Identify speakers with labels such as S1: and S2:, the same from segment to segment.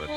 S1: The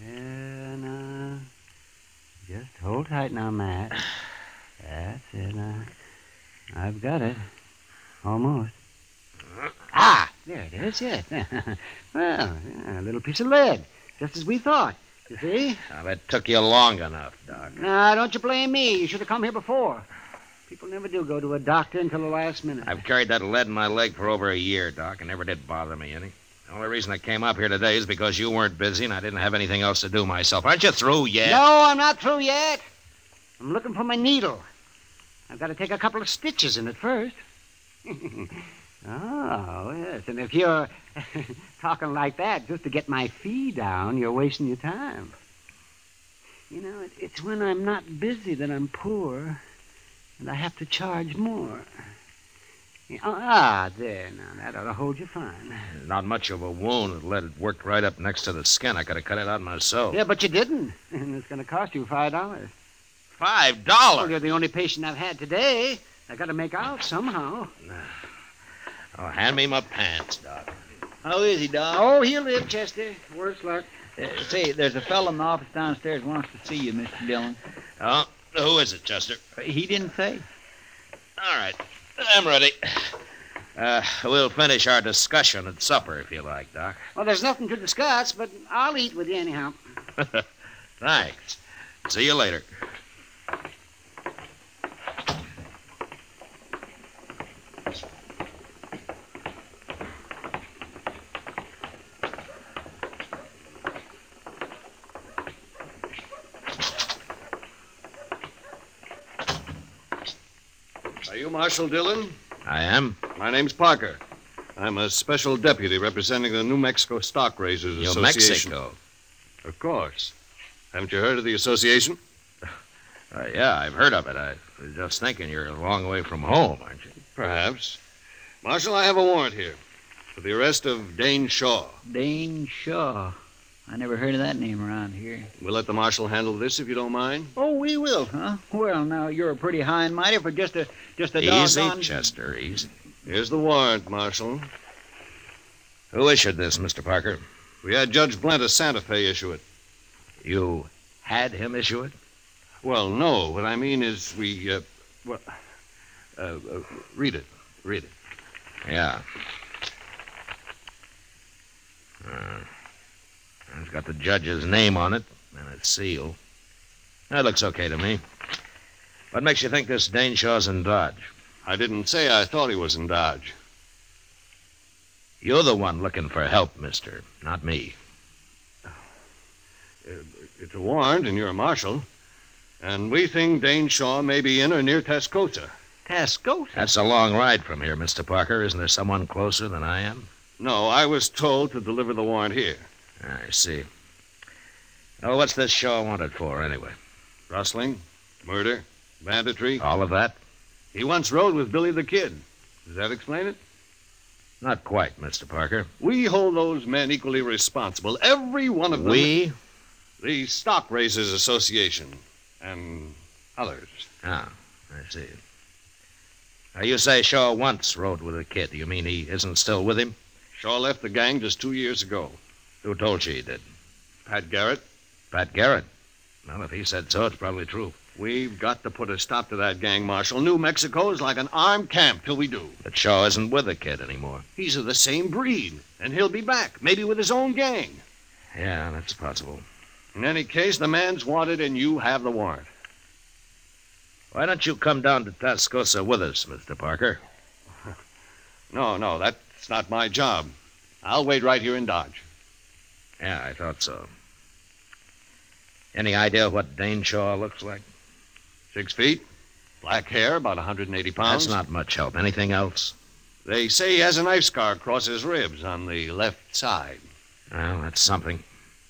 S2: Yeah, now. uh, Just hold tight now, Matt. That's it now. I've got it. Almost. Ah, there it is, yes. well, yeah, a little piece of lead, just as we thought. You see?
S3: Now, that took you long enough, Doc.
S2: Now, don't you blame me. You should have come here before. People never do go to a doctor until the last minute.
S3: I've carried that lead in my leg for over a year, Doc, and never did bother me any. The only reason I came up here today is because you weren't busy and I didn't have anything else to do myself. Aren't you through yet?
S2: No, I'm not through yet. I'm looking for my needle. I've got to take a couple of stitches in it first. oh, yes. And if you're talking like that just to get my fee down, you're wasting your time. You know, it, it's when I'm not busy that I'm poor and I have to charge more. Yeah, oh, ah, there. Now, that ought to hold you fine.
S3: Not much of a wound. The lead had worked right up next to the skin. I could have cut it out myself.
S2: Yeah, but you didn't. And it's going to cost you $5.
S3: Five
S2: Well,
S3: dollars.
S2: you're the only patient I've had today. I got to make out somehow.
S3: Oh, hand me my pants, Doc. How is he, Doc?
S2: Oh, he'll live, Chester. Worse luck.
S4: Uh, say, there's a fellow in the office downstairs wants to see you, Mr. Dillon. Uh,
S3: Oh, who is it, Chester?
S4: He didn't say.
S3: All right, I'm ready. Uh, we'll finish our discussion at supper, if you like, Doc.
S2: Well, there's nothing to discuss, but I'll eat with you anyhow.
S3: Thanks. See you later.
S5: Are you Marshal Dillon?
S3: I am.
S5: My name's Parker. I'm a special deputy representing the New Mexico Stock Raisers
S3: New
S5: Association.
S3: Mexico.
S5: Of course. Haven't you heard of the association?
S3: Uh, yeah, I've heard of it. I was just thinking you're a long way from home, aren't you?
S5: Perhaps. Marshal, I have a warrant here for the arrest of Dane Shaw.
S4: Dane Shaw. I never heard of that name around here.
S5: We'll let the marshal handle this if you don't mind.
S4: Oh, we will, huh? Well, now you're pretty high and mighty for just a just a
S3: easy,
S4: doggone.
S3: Chester, easy.
S5: Here's the warrant, Marshal.
S3: Who issued this, Mr. Parker?
S5: We had Judge Blent of Santa Fe issue it.
S3: You had him issue it?
S5: Well, no. What I mean is we, uh, well, uh, uh, read it. Read it.
S3: Yeah. Uh, it's got the judge's name on it and it's sealed. That looks okay to me. What makes you think this Dane Shaw's in Dodge?
S5: I didn't say I thought he was in Dodge.
S3: You're the one looking for help, mister, not me.
S5: It's a warrant, and you're a marshal. And we think Dane Shaw may be in or near Tascosa.
S4: Tascosa.
S3: That's a long ride from here, Mr. Parker. Isn't there someone closer than I am?
S5: No, I was told to deliver the warrant here.
S3: I see. Oh, what's this Shaw wanted for, anyway?
S5: Rustling, murder, banditry.
S3: All of that?
S5: He once rode with Billy the Kid. Does that explain it?
S3: Not quite, Mr. Parker.
S5: We hold those men equally responsible. Every one of them.
S3: We?
S5: The Stock Raisers Association and others.
S3: Ah, I see. Now, you say Shaw once rode with a kid. You mean he isn't still with him?
S5: Shaw left the gang just two years ago.
S3: Who told you he did?
S5: Pat Garrett,
S3: Pat Garrett. Well, if he said so, it's probably true.
S5: we've got to put a stop to that gang, Marshal. New Mexico is like an armed camp till we do.
S3: But Shaw isn't with the kid anymore.
S5: He's of the same breed, and he'll be back, maybe with his own gang.
S3: Yeah, that's possible.
S5: In any case, the man's wanted, and you have the warrant.
S3: Why don't you come down to Tascosa with us, Mr. Parker?
S5: No, no, that's not my job. I'll wait right here in Dodge.
S3: Yeah, I thought so. Any idea what Daneshaw looks like?
S5: Six feet, black hair, about 180 pounds.
S3: That's not much help. Anything else?
S5: They say he has a knife scar across his ribs on the left side.
S3: Well, that's something.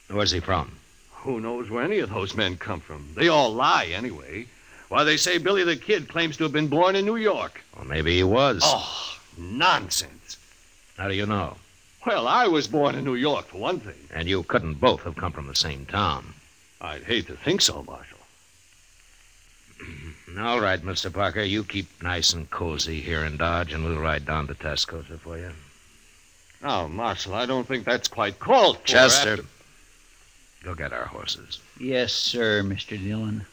S3: Where's he from?
S5: Who knows where any of those men come from? They all lie, anyway. Why, they say Billy the Kid claims to have been born in New York.
S3: Well, maybe he was.
S5: Oh, nonsense.
S3: How do you know?
S5: Well, I was born in New York, for one thing.
S3: And you couldn't both have come from the same town.
S5: I'd hate to think so, Marshal.
S3: All right, Mr. Parker, you keep nice and cozy here in Dodge, and we'll ride down to Tascosa for you.
S5: Now, Marshal, I don't think that's quite called for.
S3: Chester,
S5: after-
S3: go get our horses.
S4: Yes, sir, Mr. Dillon.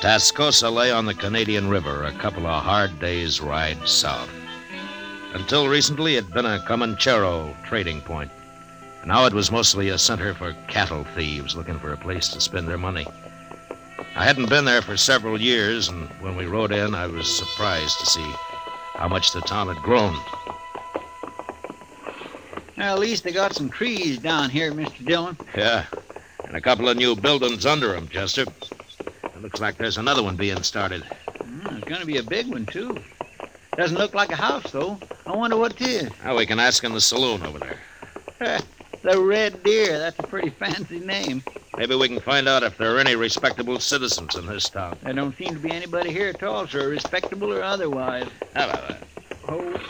S3: Tascosa lay on the Canadian River, a couple of hard days' ride south. Until recently, it had been a Comanchero trading point. Now it was mostly a center for cattle thieves looking for a place to spend their money. I hadn't been there for several years, and when we rode in, I was surprised to see how much the town had grown.
S4: Now, at least they got some trees down here, Mr. Dillon.
S3: Yeah, and a couple of new buildings under 'em, Chester. It looks like there's another one being started.
S4: Mm, it's going to be a big one, too. Doesn't look like a house, though. I wonder what it is.
S3: Now we can ask in the saloon over there.
S4: The Red Deer. That's a pretty fancy name.
S3: Maybe we can find out if there are any respectable citizens in this town.
S4: There don't seem to be anybody here at all, sir, respectable or otherwise.
S3: How about that?
S4: Oh.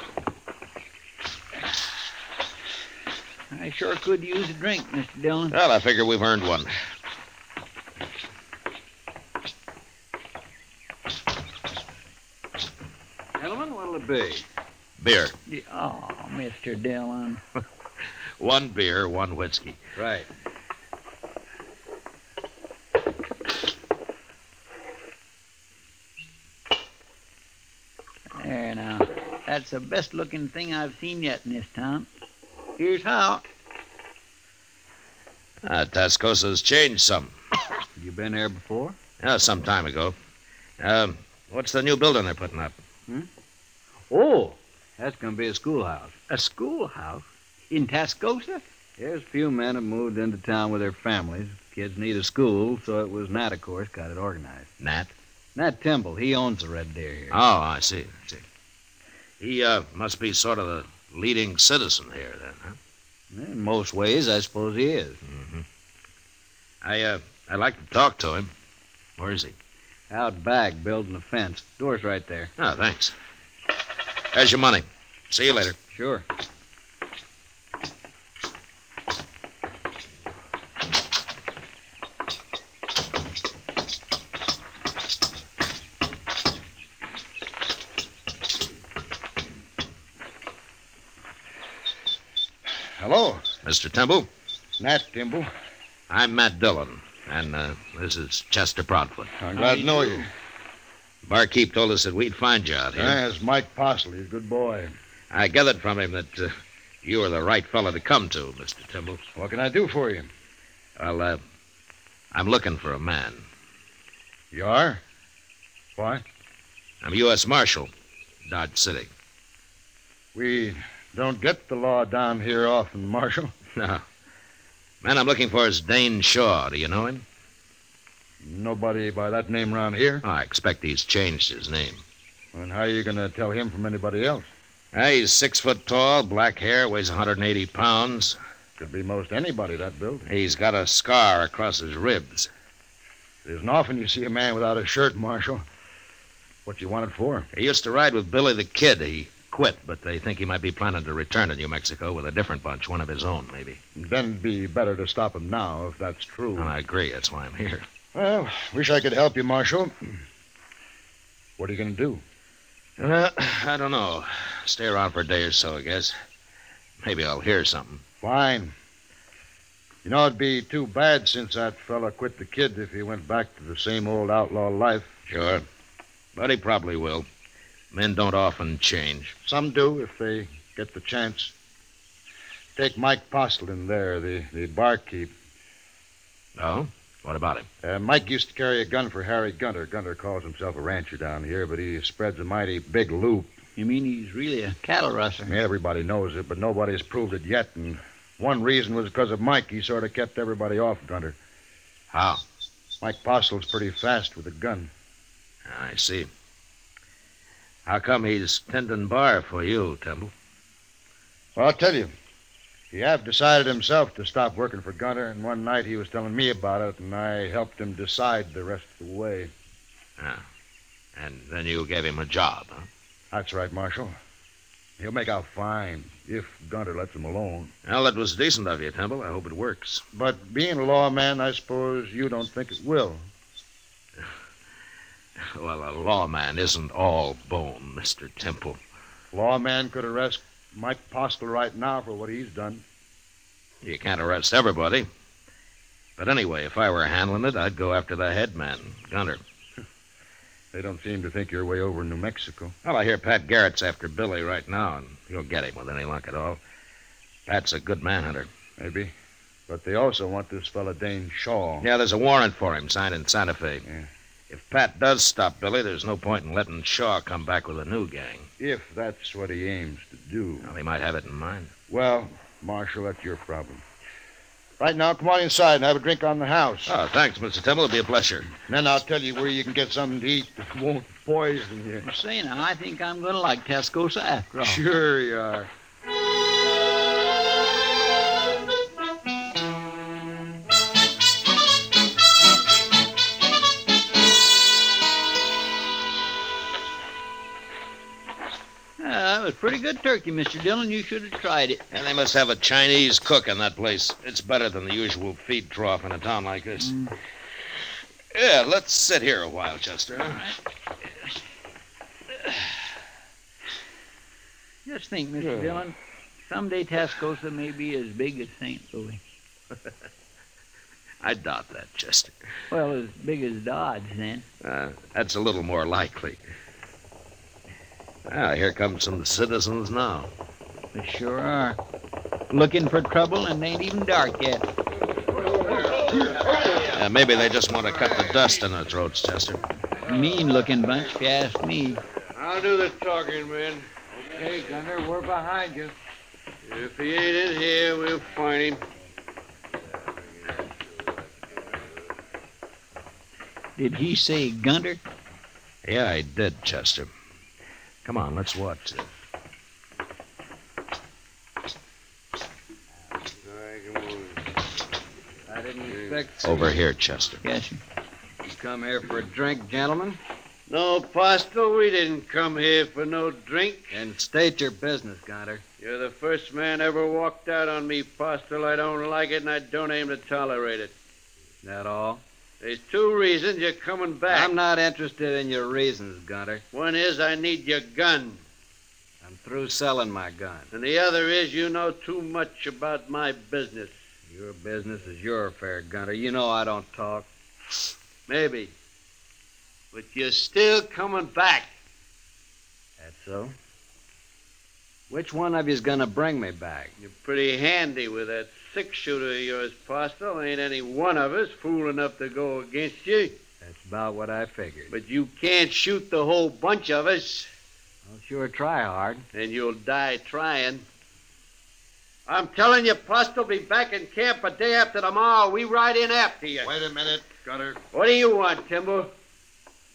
S4: I sure could use a drink, Mr. Dillon.
S3: Well, I figure we've earned one.
S5: Gentlemen, what'll it be?
S3: Beer.
S4: Oh, Mr. Dillon.
S3: One beer, one whiskey.
S5: Right.
S4: There now. That's the best looking thing I've seen yet in this town. Here's how.
S3: Ah, Tascosa's changed some.
S4: You been there before?
S3: Ah, some time ago. Um, what's the new building they're putting up?
S4: Oh, that's going to be a schoolhouse. A schoolhouse? In Tascosa?
S6: There's a few men have moved into town with their families. Kids need a school, so it was Nat, of course, got it organized.
S3: Nat?
S6: Nat Temple, he owns the Red Deer here.
S3: Oh, I see. I see. He uh, must be sort of the leading citizen here, then, huh?
S6: In most ways, I suppose he is.
S3: Mm-hmm. I, uh, I'd like to talk to him. Where is he?
S6: Out back, building a fence. Door's right there.
S3: Oh, thanks. There's your money. See you later.
S6: Sure.
S5: Hello,
S3: Mr. Temple,
S5: Nat Dimble.
S3: I'm Matt Dillon, and uh, this is Chester Proudfoot.
S5: I'm glad to know you.
S3: Barkeep told us that we'd find you out here.
S5: Yes, Mike Parsley. He's a good boy.
S3: I gathered from him that uh, you were the right fellow to come to, Mr. Temple.
S5: What can I do for you?
S3: Well, uh, I'm looking for a man.
S5: You are? Why?
S3: I'm U.S. Marshal, Dodge City.
S5: We don't get the law down here often, Marshal.
S3: No. Man I'm looking for is Dane Shaw. Do you know him?
S5: Nobody by that name around here.
S3: Oh, I expect he's changed his name.
S5: And how are you going to tell him from anybody else?
S3: Uh, he's six foot tall, black hair, weighs 180 pounds.
S5: Could be most anybody that built.
S3: He's got a scar across his ribs.
S5: It isn't often you see a man without a shirt, Marshal. What you want it for?
S3: He used to ride with Billy the Kid. He quit, but they think he might be planning to return to New Mexico with a different bunch, one of his own, maybe.
S5: Then it'd be better to stop him now, if that's true.
S3: And I agree. That's why I'm here.
S5: Well, wish I could help you, Marshal. What are you going to do?
S3: Uh, I don't know. Stay around for a day or so, I guess. Maybe I'll hear something.
S5: Fine.
S7: You know, it'd be too bad since that fella quit the kid if he went back to the same old outlaw life.
S3: Sure. But he probably will. Men don't often change.
S7: Some do if they get the chance. Take Mike Postlin there, the, the barkeep.
S3: Oh? What about him?
S7: Uh, Mike used to carry a gun for Harry Gunter. Gunter calls himself a rancher down here, but he spreads a mighty big loop.
S4: You mean he's really a cattle rustler?
S7: Everybody knows it, but nobody's proved it yet. And one reason was because of Mike. He sort of kept everybody off Gunter.
S3: How?
S7: Mike Postle's pretty fast with a gun.
S3: I see. How come he's tending bar for you, Temple?
S7: Well, I'll tell you. He have decided himself to stop working for Gunter, and one night he was telling me about it, and I helped him decide the rest of the way.
S3: And then you gave him a job, huh?
S7: That's right, Marshal. He'll make out fine if Gunter lets him alone.
S3: Well, that was decent of you, Temple. I hope it works.
S7: But being a lawman, I suppose you don't think it will.
S3: Well, a lawman isn't all bone, Mr. Temple.
S7: Lawman could arrest Mike Postle right now for what he's done.
S3: You can't arrest everybody. But anyway, if I were handling it, I'd go after the head man, Gunter.
S7: They don't seem to think you're way over in New Mexico.
S3: Well, I hear Pat Garrett's after Billy right now, and he'll get him with any luck at all. Pat's a good manhunter.
S7: Maybe. But they also want this fella Dane Shaw.
S3: Yeah, there's a warrant for him signed in Santa Fe.
S7: Yeah.
S3: If Pat does stop Billy, there's no point in letting Shaw come back with a new gang.
S7: If that's what he aims to do.
S3: Well, he might have it in mind.
S7: Well, Marshal, that's your problem. Right now, come on inside and have a drink on the house.
S3: Oh, thanks, Mr. Temple. It'll be a pleasure.
S7: And then I'll tell you where you can get something to eat that won't poison you.
S4: Say now, I think I'm going to like Tascosa after
S7: Oh.
S4: all.
S7: Sure you are.
S6: Uh,
S4: Ah, that was pretty good turkey, Mr. Dillon. You should have tried it.
S3: And they must have a Chinese cook in that place. It's better than the usual feed trough in a town like this.
S8: Mm.
S3: Yeah, let's sit here a while, Chester.
S4: Just think, Mr. Dillon. Someday Tascosa may be as big as St. Louis.
S3: I doubt that, Chester.
S4: Well, as big as Dodge, then.
S3: Uh, that's a little more likely. Ah, here come some citizens now.
S4: They sure are. Looking for trouble and ain't even dark yet.
S3: Uh, maybe they just want to cut the dust in their throats, Chester.
S4: Mean looking bunch, if you ask me.
S8: I'll do the talking, man.
S6: Hey, Gunner, we're behind you.
S8: If he ain't in here, we'll find him.
S4: Did he say Gunter?
S3: Yeah, I did, Chester. Come on, let's watch this.
S6: I didn't expect
S3: Over here, Chester.
S4: Yes, sir.
S6: you to come here for a drink, gentlemen.
S8: No, Postle, we didn't come here for no drink.
S6: And state your business, Gunter.
S8: You're the first man ever walked out on me, Postle. I don't like it, and I don't aim to tolerate it.
S6: That all?
S8: There's two reasons you're coming back.
S6: I'm not interested in your reasons, Gunter.
S8: One is I need your gun,
S6: I'm through selling my gun.
S8: and the other is you know too much about my business.
S6: Your business is your affair, Gunter. You know I don't talk.
S8: Maybe. But you're still coming back.
S6: That's so. Which one of you's gonna bring me back?
S8: You're pretty handy with that six shooter of yours, Postle. Ain't any one of us fool enough to go against you.
S6: That's about what I figured.
S8: But you can't shoot the whole bunch of us,
S6: I'll sure try hard.
S8: and you'll die trying. I'm telling you, Postle, be back in camp a day after tomorrow. We ride in after you.
S7: Wait a minute, Gunner.
S8: What do you want, Timbo?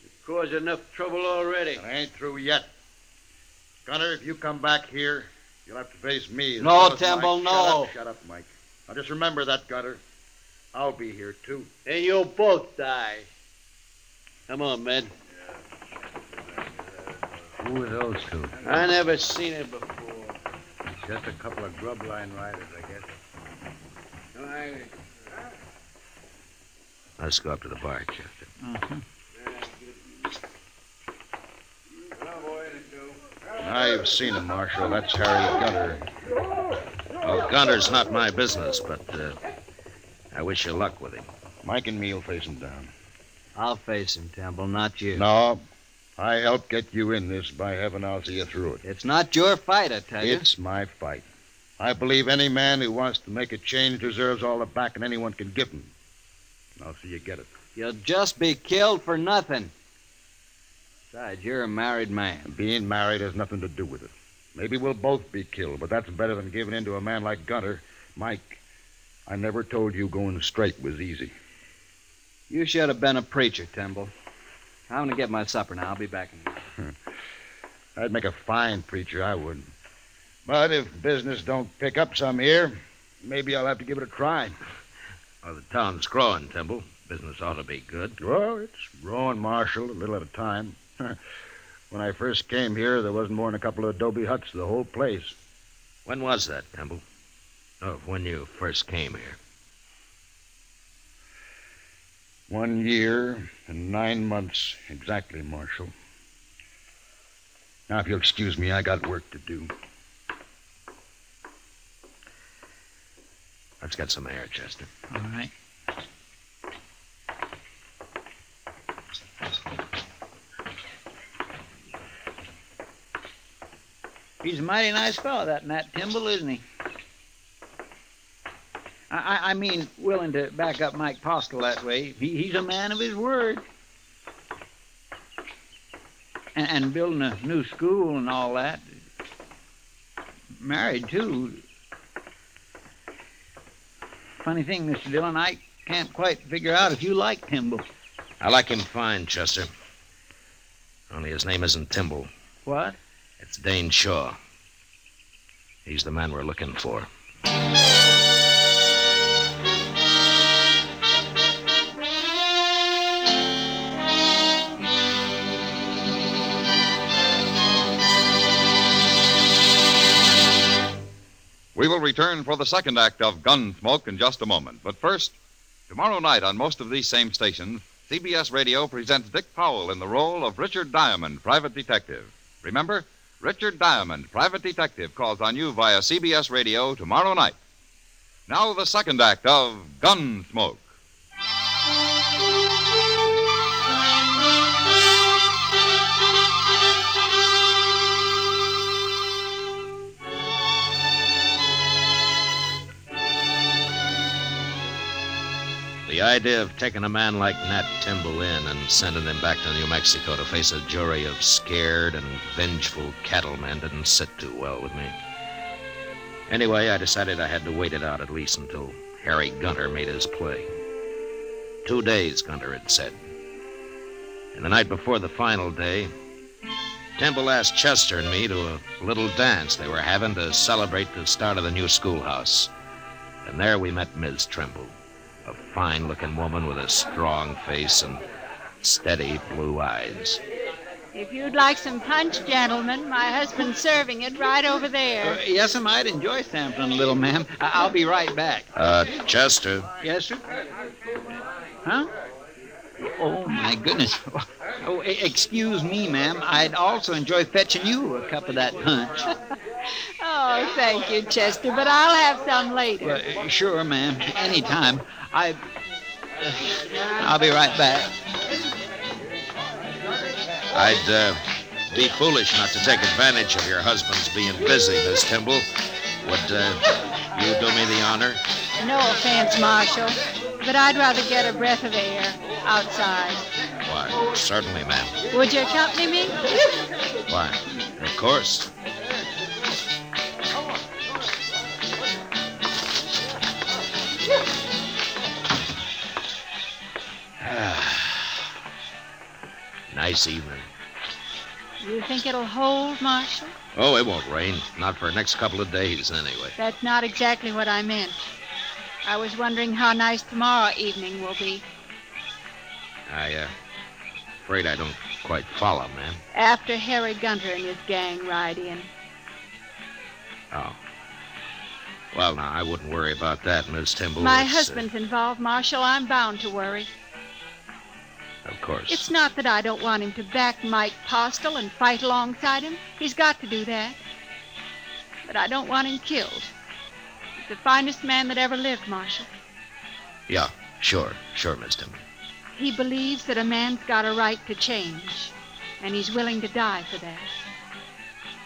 S8: You've caused enough trouble already.
S7: I ain't through yet. Gunner, if you come back here, you'll have to face me. as
S6: No,
S7: well as
S6: Temple,
S7: Mike.
S6: no.
S7: Shut up, shut up, Mike. Now just remember that, Gunner. I'll be here, too.
S8: And you'll both die. Come on, men.
S4: Who are those two?
S8: I never seen it before.
S4: Just a couple of grub line riders, I guess.
S8: I-
S3: Let's go up to the bar, Chester.
S7: I've seen him, Marshal. That's Harry Gunter.
S3: Well, Gunter's not my business, but uh, I wish you luck with him.
S7: Mike and me will face him down.
S6: I'll face him, Temple, not you.
S7: No, I helped get you in this. By heaven, I'll see you through it.
S6: It's not your fight, I tell you.
S7: It's my fight. I believe any man who wants to make a change deserves all the backing anyone can give him. And I'll see you get it.
S6: You'll just be killed for nothing. Besides, you're a married man.
S7: Being married has nothing to do with it. Maybe we'll both be killed, but that's better than giving in to a man like Gunter. Mike, I never told you going straight was easy.
S6: You should have been a preacher, Temple. I'm going to get my supper now. I'll be back in a minute.
S7: I'd make a fine preacher, I would. But if business don't pick up some here, maybe I'll have to give it a try.
S3: Well, the town's growing, Temple. Business ought to be good.
S7: Well, it's growing, Marshal, a little at a time. when I first came here, there wasn't more than a couple of adobe huts, the whole place.
S3: When was that, Temple? Oh, when you first came here.
S7: One year and nine months exactly, Marshal. Now, if you'll excuse me, I got work to do.
S3: Let's get some air, Chester.
S4: All right. He's a mighty nice fellow, that Matt Timble, isn't he? I, I, I mean, willing to back up Mike Postle that way. He, he's a man of his word. And, and building a new school and all that. Married, too. Funny thing, Mr. Dillon, I can't quite figure out if you like Timble.
S3: I like him fine, Chester. Only his name isn't Timble.
S4: What?
S3: It's Dane Shaw. He's the man we're looking for.
S1: We will return for the second act of Gunsmoke in just a moment. But first, tomorrow night on most of these same stations, CBS Radio presents Dick Powell in the role of Richard Diamond, private detective. Remember, Richard Diamond, private detective, calls on you via CBS Radio tomorrow night. Now, the second act of Gunsmoke.
S3: The idea of taking a man like Nat Timble in and sending him back to New Mexico to face a jury of scared and vengeful cattlemen didn't sit too well with me. Anyway, I decided I had to wait it out at least until Harry Gunter made his play. Two days, Gunter had said. And the night before the final day, Timble asked Chester and me to a little dance they were having to celebrate the start of the new schoolhouse. And there we met Miss Trimble. A fine looking woman with a strong face and steady blue eyes.
S9: If you'd like some punch, gentlemen, my husband's serving it right over
S4: Uh,
S9: there.
S4: yes, I might enjoy sampling a little, ma'am. I, I'll be right back.
S3: Uh, Chester,
S4: Yes, sir. Huh? Oh, my goodness. Oh, e- excuse me, ma'am. I'd also enjoy fetching you a cup of that punch.
S9: Oh, thank you, Chester, but I'll have some later.
S4: Well, uh, sure, ma'am. Any time. I. uh, I'll be right back.
S3: I'd uh, be foolish not to take advantage of your husband's being busy, Miss Timble. Would uh, you do me the honor?
S9: No offense, Marshal, but I'd rather get a breath of air outside.
S3: Why, certainly, ma'am.
S9: Would you accompany me?
S3: Why, of course. nice evening.
S9: You think it'll hold, Marshal?
S3: Oh, it won't rain. Not for the next couple of days, anyway.
S9: That's not exactly what I meant. I was wondering how nice tomorrow evening will be.
S3: I, uh, afraid I don't quite follow, ma'am.
S9: After Harry Gunter and his gang ride in.
S3: Oh. Well, now, I wouldn't worry about that, Miss Timble.
S9: My
S3: It's, uh,
S9: husband's involved, Marshal. I'm bound to worry.
S3: Uh, of course.
S9: It's not that I don't want him to back Mike Postel and fight alongside him. He's got to do that. But I don't want him killed. He's the finest man that ever lived, Marshal.
S3: Yeah, sure, sure, Miss Timmy.
S9: He believes that a man's got a right to change, and he's willing to die for that.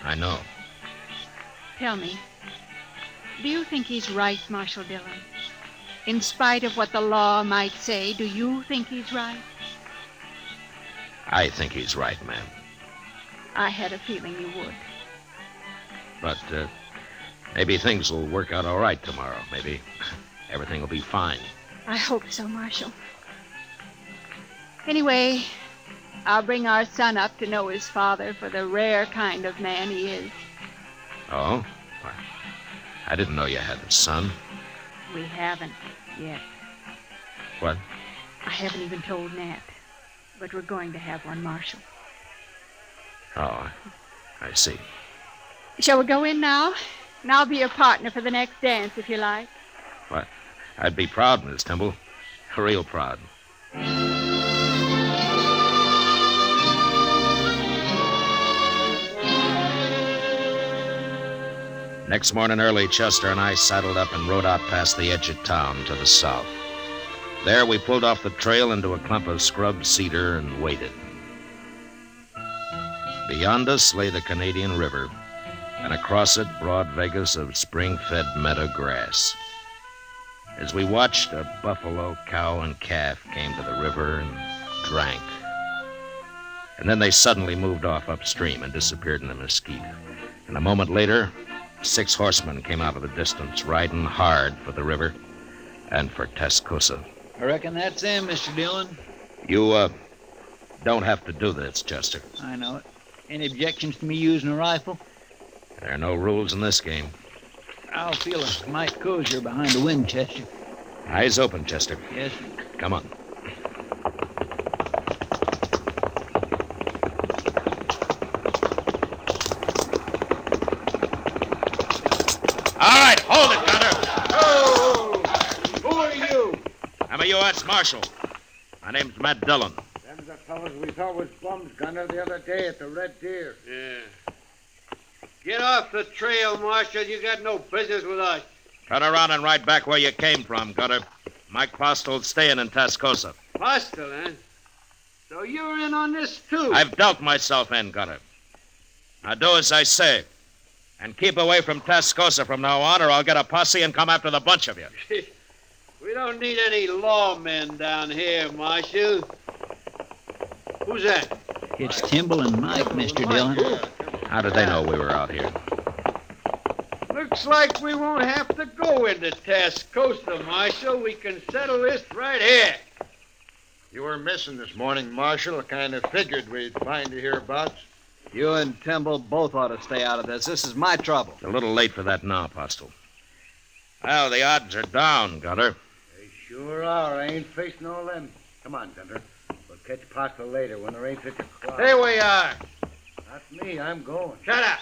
S3: I know.
S9: Tell me, do you think he's right, Marshal Dillon? In spite of what the law might say, do you think he's right?
S3: I think he's right, ma'am.
S9: I had a feeling you would.
S3: But uh, maybe things will work out all right tomorrow. Maybe everything will be fine.
S9: I hope so, Marshal. Anyway, I'll bring our son up to know his father for the rare kind of man he is.
S3: Oh? Why, I didn't know you had a son.
S9: We haven't yet.
S3: What?
S9: I haven't even told Nat, but we're going to have one, Marshal.
S3: Oh, I- I see.
S9: Shall we go in now? And I'll be your partner for the next dance, if you like.
S3: I'd be proud, Miss Temple. Real proud. Next morning early, Chester and I saddled up and rode out past the edge of town to the south. There, we pulled off the trail into a clump of scrub cedar and waited. Beyond us lay the Canadian River, and across it, broad Vegas of spring fed meadow grass. As we watched, a buffalo, cow, and calf came to the river and drank. And then they suddenly moved off upstream and disappeared in the mesquite. And a moment later, six horsemen came out of the distance, riding hard for the river and for Tascosa.
S4: I reckon that's him, Mr. Dillon.
S3: You, uh, don't have to do this, Chester.
S4: I know it. Any objections to me using a rifle?
S3: There are no rules in this game.
S4: I'll feel a mite cozier behind a Winchester.
S3: Eyes open, Chester.
S4: Yes, sir.
S3: Come on. All right, hold it, Gunner.
S5: Oh, Who are you?
S3: I'm a U.S. Marshal. My name's Matt Dillon.
S7: Them's the fellas we thought was bums, Gunner, the other day at the Red Deer.
S5: Yeah. Get off the trail, Marshal. You got no business with us.
S3: Turn around and ride back where you came from, Gunner. Mike Foster's staying in Tascosa.
S5: Hostile, huh? So you're in on this, too?
S3: I've dealt myself in, Gunner. Now do as I say. And keep away from Tascosa from now on, or I'll get a posse and come after the bunch of you.
S5: We don't need any lawmen down here, Marshal. Who's that?
S4: It's Timble and Mike, Mr. Dillon.
S3: How did they know we were out here?
S5: Looks like we won't have to go into Tascosa, Marshal. We can settle this right here.
S7: You were missing this morning, Marshal. I kind of figured we'd find you hereabouts.
S6: You and Timble both ought to stay out of this. This is my trouble.
S3: It's a little late for that now, Postle. Well, the odds are down, Gunner.
S7: They sure are. I ain't facing all them. Come on, Gunner. We'll catch Postle later when there ain't such a crowd.
S5: There we are.
S7: Not me. I'm going.
S5: Shut up.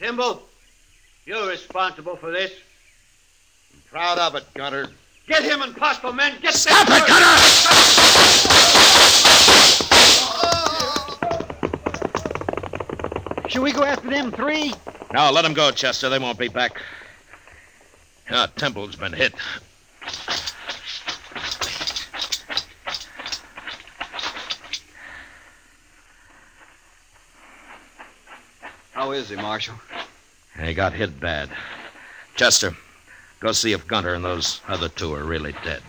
S5: Timble, you're responsible for this.
S7: Proud of it, Gunner.
S5: Get him and Postle, men. Get
S3: Stop
S5: them.
S3: it, Gunner!
S4: Should we go after them three?
S3: Now let them go, Chester. They won't be back. Ah, Temple's been hit.
S6: How is he, Marshal?
S3: He got hit bad. Chester, go see if Gunter and those other two are really dead.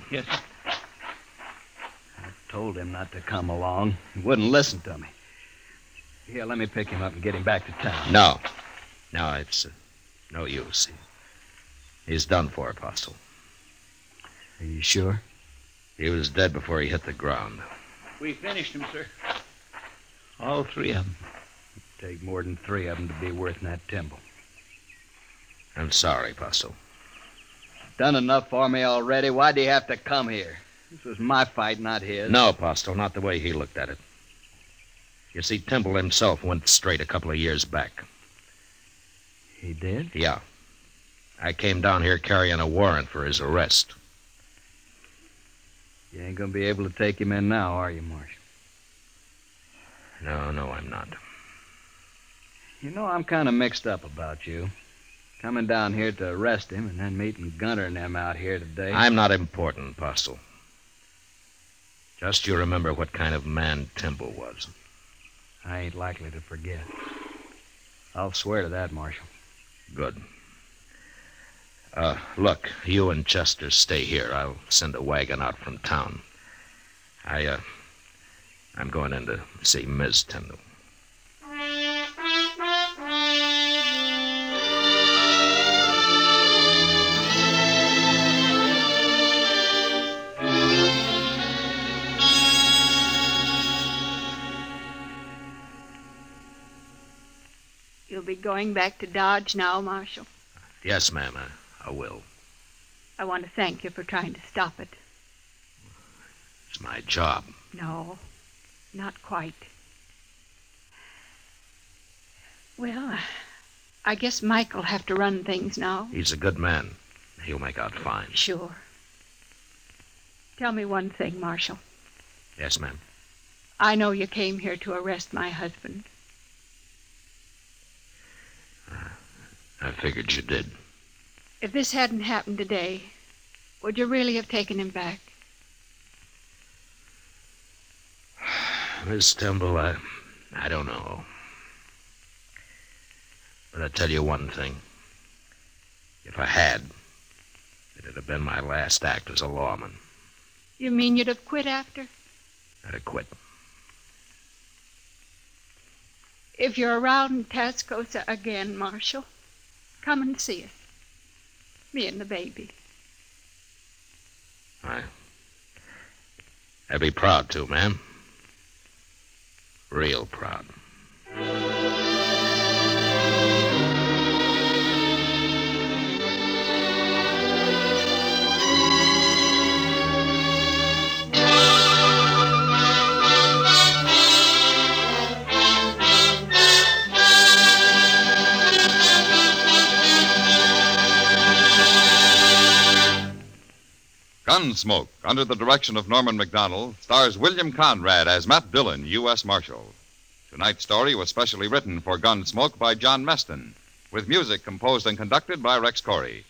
S6: Told him not to come along. He wouldn't listen to me. Here, let me pick him up and get him back to town.
S3: No. No, it's uh, no use. He- he's done for, Apostle.
S6: Are you sure?
S3: He was dead before he hit the ground.
S4: We finished them, sir. All three of them.
S6: Take more than three of them to be worth that Timble.
S3: I'm sorry, Apostle.
S6: Done enough for me already. Why'd he have to come here? This was my fight, not his.
S3: No, Apostle, not the way he looked at it. You see, Temple himself went straight a couple of years back.
S6: He did?
S3: Yeah. I came down here carrying a warrant for his arrest.
S6: You ain't gonna be able to take him in now, are you, Marshal?
S3: No, no, I'm not.
S6: You know, I'm kind of mixed up about you. Coming down here to arrest him and then meeting Gunter and them out here today.
S3: I'm not important, Postle. Just you remember what kind of man Timble was.
S6: I ain't likely to forget. I'll swear to that, Marshal.
S3: Good. Uh, look, you and Chester stay here. I'll send a wagon out from town. I, uh, I'm going in to see Ms. Tyndall.
S9: You'll be going back to Dodge now, Marshal.
S3: Yes, ma'am, I, I will.
S9: I want to thank you for trying to stop it.
S3: It's my job.
S9: No, not quite. Well, I guess Mike'll have to run things now.
S3: He's a good man. He'll make out fine.
S9: Sure. Tell me one thing, Marshal.
S3: Yes, ma'am.
S9: I know you came here to arrest my husband.
S3: I figured you did.
S9: If this hadn't happened today, would you really have taken him back?
S3: Miss Temple, I, I don't know. But I tell you one thing. If I had, it'd have been my last act as a lawman.
S9: You mean you'd have quit after?
S3: I'd have quit.
S9: If you're around in Tascosa again, Marshal, come and see us. Me and the baby.
S3: I, I'd be proud to, ma'am. Real proud.
S1: Gunsmoke, under the direction of Norman McDonald, stars William Conrad as Matt Dillon, U.S. Marshal. Tonight's story was specially written for Gunsmoke by John Meston, with music composed and conducted by Rex Corey.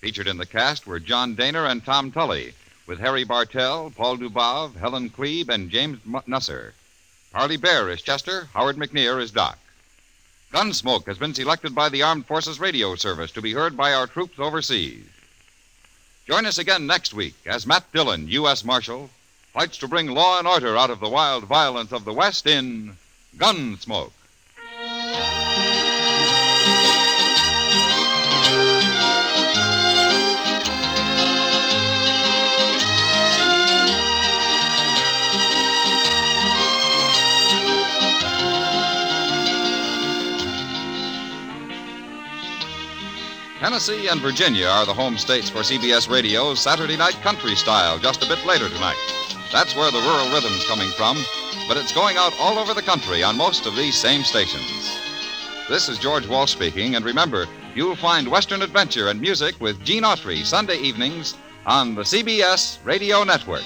S1: Featured in the cast were John Daner and Tom Tully, with Harry Bartell, Paul Dubov, Helen Klebe, and James M- Nusser. Harley Bear is Chester, Howard McNear is Doc. Gunsmoke has been selected by the Armed Forces Radio Service to be heard by our troops overseas. Join us again next week as Matt Dillon, U.S. Marshal, fights to bring law and order out of the wild violence of the West in Gunsmoke. Tennessee and Virginia are the home states for CBS Radio's Saturday Night Country Style just a bit later tonight. That's where the rural rhythm's coming from, but it's going out all over the country on most of these same stations. This is George Walsh speaking, and remember, you'll find Western adventure and music with Gene Autry Sunday evenings on the CBS Radio Network.